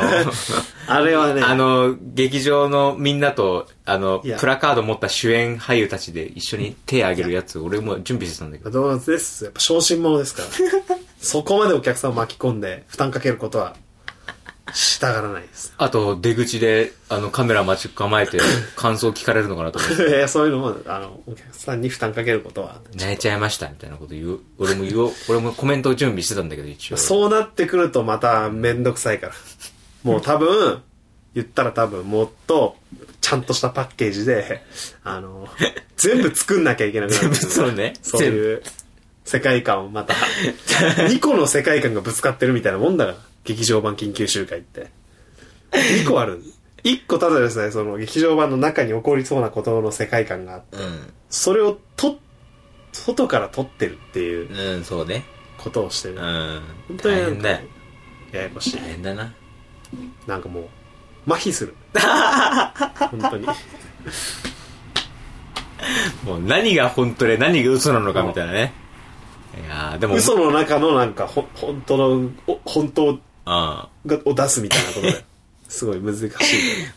Speaker 2: あれはね、
Speaker 1: あの、劇場のみんなと、あの、
Speaker 2: いや
Speaker 1: プラカード持った主演俳優たちで一緒に手挙げるやつ、俺も準備してたんだけど。
Speaker 2: ドーナツです。やっぱ昇 進者ですから。そこまでお客さんを巻き込んで負担かけることはししたがらないです。
Speaker 1: あと、出口で、あの、カメラ待ち構えて、感想聞かれるのかなと思っ
Speaker 2: い
Speaker 1: て。
Speaker 2: やそういうのも、あの、お客さんに負担かけることは。
Speaker 1: 泣いちゃいました、みたいなこと言う。俺も言おう。俺もコメントを準備してたんだけど、一応。
Speaker 2: そうなってくるとまためんどくさ いから。もう多分、言ったら多分もっと、ちゃんとしたパッケージで、あの、全部作んなきゃいけなくなる。
Speaker 1: 全部そうね
Speaker 2: そういう世界観をまた、2個の世界観がぶつかってるみたいなもんだから、劇場版緊急集会って。2個ある。1個ただですね、その劇場版の中に起こりそうなことの世界観があって、
Speaker 1: う。
Speaker 2: それをと、外から撮ってるっていう
Speaker 1: う
Speaker 2: ん
Speaker 1: ん、そうね。
Speaker 2: ことをしてる
Speaker 1: う。ん。
Speaker 2: 本当に
Speaker 1: 大変だよ。
Speaker 2: ややこしい
Speaker 1: 大。変だな。
Speaker 2: なんかもう、麻痺する。本当に。
Speaker 1: もう何が本当で何が嘘なのかみたいなね。いやーでも、
Speaker 2: 嘘
Speaker 1: うん。
Speaker 2: の中のなんか、ほ、本当の、お本当がを出すみたいなこ とで。すごい難しいね、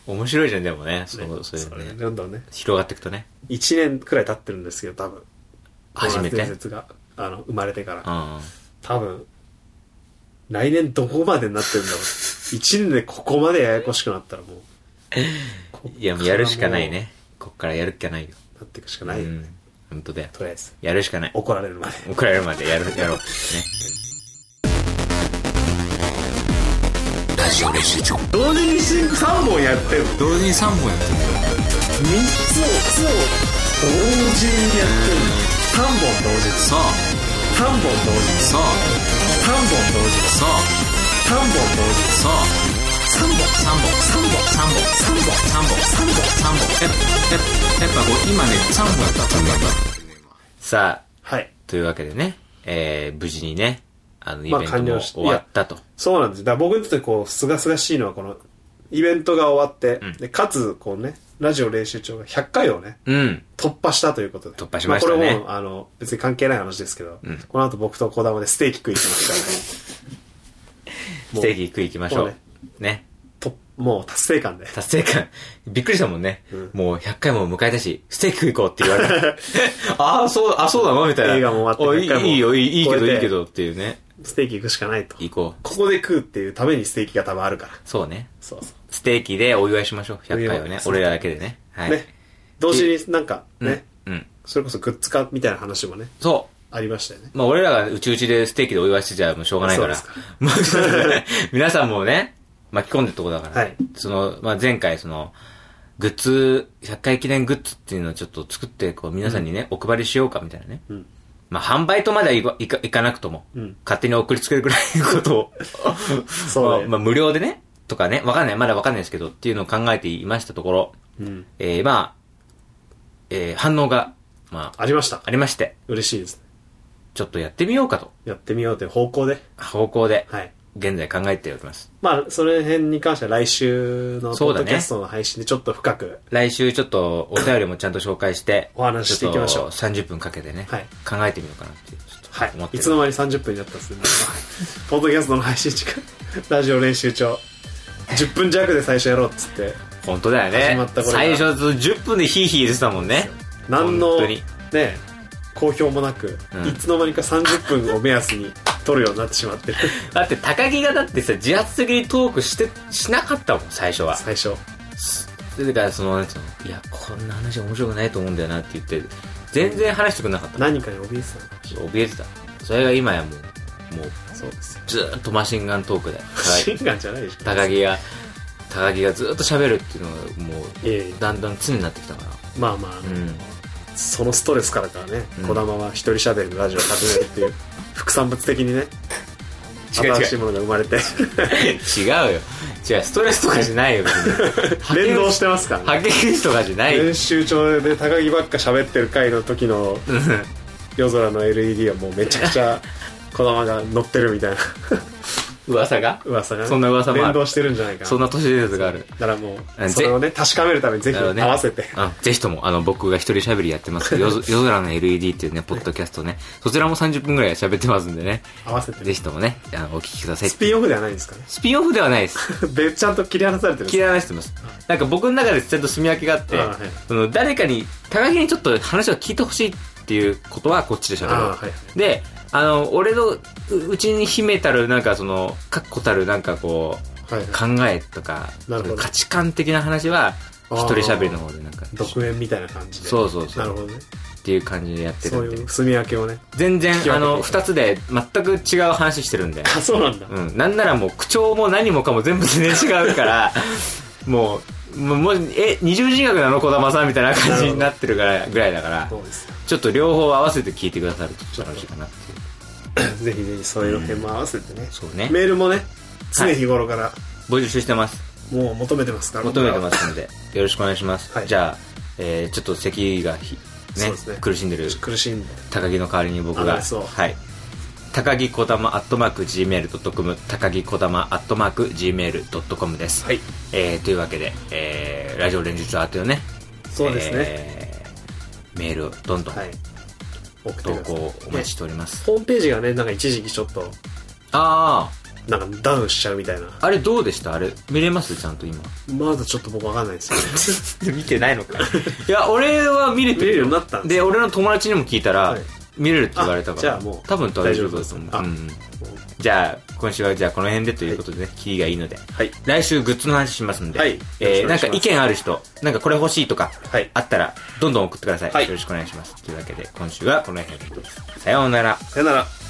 Speaker 1: 面白いじゃん、でもね。そう、そういう
Speaker 2: そ
Speaker 1: の
Speaker 2: れ
Speaker 1: ね。
Speaker 2: どんどんね。
Speaker 1: 広がっていくとね。
Speaker 2: 1年くらい経ってるんですけど、多分。
Speaker 1: 初めて
Speaker 2: ドーナツ伝説が、あの、生まれてか
Speaker 1: う
Speaker 2: ら。
Speaker 1: ん。
Speaker 2: 多分、来年どこまでになってるんだろう。1年でここまでややこしくなったらもう、
Speaker 1: いや、もうやるしかないね。こっからやるっきゃないよ。
Speaker 2: なっていくしかないよ
Speaker 1: う
Speaker 2: ね。
Speaker 1: ん。本当だよ。
Speaker 2: とりあえず、
Speaker 1: やるしかない。
Speaker 2: 怒られるまで。
Speaker 1: 怒られるまでやる、やろう。ね。
Speaker 2: 同時にシンク3本やってるの
Speaker 3: 同時に3本やってる
Speaker 2: 3つを、つを同時にやってる3本同時です
Speaker 3: そう
Speaker 2: 3本同時です
Speaker 3: そう
Speaker 2: 3本同時です
Speaker 3: そう
Speaker 2: 3本同時です
Speaker 3: そう
Speaker 2: 3本
Speaker 3: 3本3本3本3本3本3本やっぱやっぱこう今ね3本やった3本やった
Speaker 1: さあ、
Speaker 2: はい
Speaker 1: というわけでね、えー、無事にね、あの、イ
Speaker 2: まあ
Speaker 1: ベント
Speaker 2: 完
Speaker 1: も
Speaker 2: 了し
Speaker 1: 終わったと。
Speaker 2: そうなんですだから僕にとってこうすがすがしいのはこのイベントが終わって、
Speaker 1: うん
Speaker 2: でかつこうねラジオ練習長が100回をね
Speaker 1: うん。
Speaker 2: 突破したということで
Speaker 1: 突破しましたね
Speaker 2: あこれもうあの別に関係ない話ですけど、
Speaker 1: うん
Speaker 2: この後僕と小玉でステーキ食いに行きますからね
Speaker 1: ステーキ食い行きましょ
Speaker 2: もう
Speaker 1: う
Speaker 2: ね。
Speaker 1: ね。
Speaker 2: ともう達成感で
Speaker 1: 達成感。びっくりしたもんね。
Speaker 2: うん
Speaker 1: もう100回も迎えたし、ステーキ食い行こうって言われ た。ああ、そう、あ、そうなのみたいな。
Speaker 2: 映画も終わって
Speaker 1: おい
Speaker 2: 100回も
Speaker 1: いいよ、いいいいけ
Speaker 2: 超
Speaker 1: ど、
Speaker 2: えて
Speaker 1: いいけどっていうね。
Speaker 2: ステーキ行くしかないと
Speaker 1: 行こう。
Speaker 2: ここで食うっていうためにステーキが多分あるから
Speaker 1: そうね。
Speaker 2: そうそう
Speaker 1: ステーキでお祝いしましょう。100回を
Speaker 2: お祝い
Speaker 1: ね。
Speaker 2: そう
Speaker 1: 俺らだけでね。はい。
Speaker 2: ね。同時になんか
Speaker 1: うん
Speaker 2: ね、
Speaker 1: うん。
Speaker 2: それこそグッズ化みたいな話もね、
Speaker 1: そう。
Speaker 2: ありましたよね。
Speaker 1: まあ俺らがうちうちでステーキでお祝いしてちゃもうしょうがないから。
Speaker 2: そうで
Speaker 1: まあ 皆さんもね、巻き込んでるとこだから。
Speaker 2: はい
Speaker 1: その、まあ前回その、グッズ、100回記念グッズっていうのをちょっと作って、こう皆さんにね、お配りしようかみたいなね。
Speaker 2: うん。
Speaker 1: まあ販売とまではいかいかいかなくとも、
Speaker 2: うん
Speaker 1: 勝手に送りつけるぐらいのことを。
Speaker 2: そうだよ
Speaker 1: まあまあ無料でね、とかね、わかんない、まだわかんないですけどっていうのを考えていましたところ、
Speaker 2: うん。
Speaker 1: えー、まあ、えー、反応が、まあ、
Speaker 2: ありました
Speaker 1: あ。りまして、
Speaker 2: 嬉しいですね。
Speaker 1: ちょっとやってみようかと、
Speaker 2: やってみようという方向で。
Speaker 1: 方向で、
Speaker 2: はい。
Speaker 1: 現在考えております。
Speaker 2: まあ、その辺に関しては来週のポ
Speaker 1: そ
Speaker 2: ッ
Speaker 1: うだ
Speaker 2: ド
Speaker 1: ね
Speaker 2: キャストの配信でちょっと深く、
Speaker 1: 来週ちょっとお便りもちゃんと紹介して、
Speaker 2: お話ししていきましょう
Speaker 1: ちっと30分かけてね、
Speaker 2: はい
Speaker 1: 考えてみようかなって、ち
Speaker 2: は
Speaker 1: ょっ
Speaker 2: い
Speaker 1: と思っ。て
Speaker 2: い
Speaker 1: る
Speaker 2: つの間に30分になったんですね。 ポッドキャストの配信時間、ラジオ練習帳、10分弱で最初やろうっつって、
Speaker 1: 本当だよ
Speaker 2: 始
Speaker 1: ね
Speaker 2: まった。頃が
Speaker 1: 最初と10分でヒーヒー言ってたもんね。
Speaker 2: 何の、
Speaker 1: 本当
Speaker 2: ね
Speaker 1: に、
Speaker 2: 好評もなく、
Speaker 1: うん
Speaker 2: いつの間にか30分を目安に撮るようになってし まってる。
Speaker 1: だって高木がだってさ、自発的にトークして、しなかったもん、最初は。
Speaker 2: 最初。
Speaker 1: だからその、なんつうのいや、こんな話面白くないと思うんだよなって言って、全然話してくれなかった。
Speaker 2: 何かに怯えてたのかもしれ
Speaker 1: 怯えてた。それが今やもう、もう、
Speaker 2: ない。そうですよ。
Speaker 1: ずーっとマシンガントークで。
Speaker 2: シ ンガンじゃないでしょ。
Speaker 1: 高木が高木がずっと喋るっていうのがもう
Speaker 2: いえいえ
Speaker 1: だんだん常になってきたか
Speaker 2: まあまあ、
Speaker 1: らうん
Speaker 2: そのストレスからかね、
Speaker 1: うん
Speaker 2: 児玉は一人喋るラジオを始めるっ ていう副産物的にね
Speaker 1: 違う違う
Speaker 2: 新しいものが生ま れて
Speaker 1: 違うよ違うストレスとかじゃないよ別に
Speaker 2: 連動してますからね
Speaker 1: 激しとかじゃないよ
Speaker 2: 練習帳で高木ばっか喋ってる回の時 の夜空の LED はもうめちゃくちゃ児玉が乗ってるみたいな
Speaker 1: 噂が
Speaker 2: 噂が、ね、
Speaker 1: そんな噂もある
Speaker 2: 連動してるんじゃないかな
Speaker 1: そんな都市伝説がある
Speaker 2: だからも
Speaker 1: う
Speaker 2: うんそれをね確かめるためにぜひ
Speaker 1: だか
Speaker 2: 合
Speaker 1: らね
Speaker 2: わせて、
Speaker 1: あぜひともあの僕が一人喋りやってますけ ど夜空夜空の LED っていうねポッドキャストねそちらも30分ぐらい喋ってますんでね
Speaker 2: 合わせて
Speaker 1: ぜひともねあのお聞きください
Speaker 2: スピンオフではないんですかね
Speaker 1: スピンオフではないです
Speaker 2: でちゃんと切り離されてるんです
Speaker 1: 嫌いな人います。なんか僕の中でちゃんと住み分けがあって、
Speaker 2: あはい
Speaker 1: その誰かに、高木にちょっと話を聞いてほしいっていうことはこっちでしゃべる。
Speaker 2: あはい
Speaker 1: で、あの、俺のううちに秘めたる、なんかその、確固たる、なんかこう、
Speaker 2: はいはい
Speaker 1: 考えとか、
Speaker 2: なるほど
Speaker 1: 価値観的な話は、
Speaker 2: あー
Speaker 1: 一人喋りの方でなんか、
Speaker 2: 独演みたいな感じで
Speaker 1: そうそうそう
Speaker 2: なるほどね
Speaker 1: っていう感じでやって
Speaker 2: そ
Speaker 1: る
Speaker 2: うん
Speaker 1: で
Speaker 2: い。う住み分け をね
Speaker 1: 全然
Speaker 2: 聞き、分けて
Speaker 1: あの、二つで全く違う話してるんで。
Speaker 2: あそうなんだ、
Speaker 1: うん。なんならもう、口調も何もかも全部全然違うから、 もう、もう、もうえ、二重人格なの児玉さんみたいな感じになってるから、ぐらいだから、
Speaker 2: そうです よ
Speaker 1: ちょっと両方合わせて聞いてくださると楽しいかなっていう。
Speaker 2: ぜひぜひそういう辺も合わせてね、
Speaker 1: そうね。
Speaker 2: メールもね常日頃から
Speaker 1: 募集してます。
Speaker 2: もう求めてますから
Speaker 1: 求めてますすので、よろしくお願いします。
Speaker 2: はい
Speaker 1: じゃあ、えーちょっと咳がひ、
Speaker 2: そう
Speaker 1: ね
Speaker 2: ですね
Speaker 1: 苦しんでる
Speaker 2: 苦しいんで
Speaker 1: 高木の代わりに僕
Speaker 2: あ
Speaker 1: が、
Speaker 2: そう
Speaker 1: はい。高木こだまアットマーク Gmail.com 高木こだまアットマーク Gmail.com です、
Speaker 2: はい
Speaker 1: えーというわけで、えーラジオ連日アートよね
Speaker 2: そうですね、
Speaker 1: えーメールをどんどん
Speaker 2: はい送って
Speaker 1: 投
Speaker 2: くださ
Speaker 1: 稿
Speaker 2: い
Speaker 1: をお待ちしております、
Speaker 2: ホームページがねなんか一時期ちょっと
Speaker 1: あ
Speaker 2: なんかダウンしちゃうみたいな
Speaker 1: ああれどうでしたあれ見れますちゃん と今
Speaker 2: まだちょっと僕わかんないですけ
Speaker 1: 見てないのか いや俺は見れ
Speaker 2: ど
Speaker 1: て
Speaker 2: 見
Speaker 1: る
Speaker 2: れるよう
Speaker 1: よ
Speaker 2: になったんです
Speaker 1: で俺の友達にも聞いたら、
Speaker 2: はい
Speaker 1: 見れるって言われたから
Speaker 2: あじゃあもう
Speaker 1: 多分大丈夫だと思う、
Speaker 2: 大
Speaker 1: う
Speaker 2: 丈夫
Speaker 1: ん、じゃあ今週はじゃあこの辺でということでね、キリがいいので
Speaker 2: はい
Speaker 1: 来週グッズの話しますんで、
Speaker 2: はい
Speaker 1: えー
Speaker 2: よ
Speaker 1: な
Speaker 2: ろ
Speaker 1: ん
Speaker 2: しく
Speaker 1: か
Speaker 2: お願いします
Speaker 1: 意見ある人なんかこれ欲しいとか、
Speaker 2: はい
Speaker 1: あったらどんどん送ってください、
Speaker 2: はい
Speaker 1: よろしくお願いしますというわけで今週はこの辺でさようなら
Speaker 2: さよなら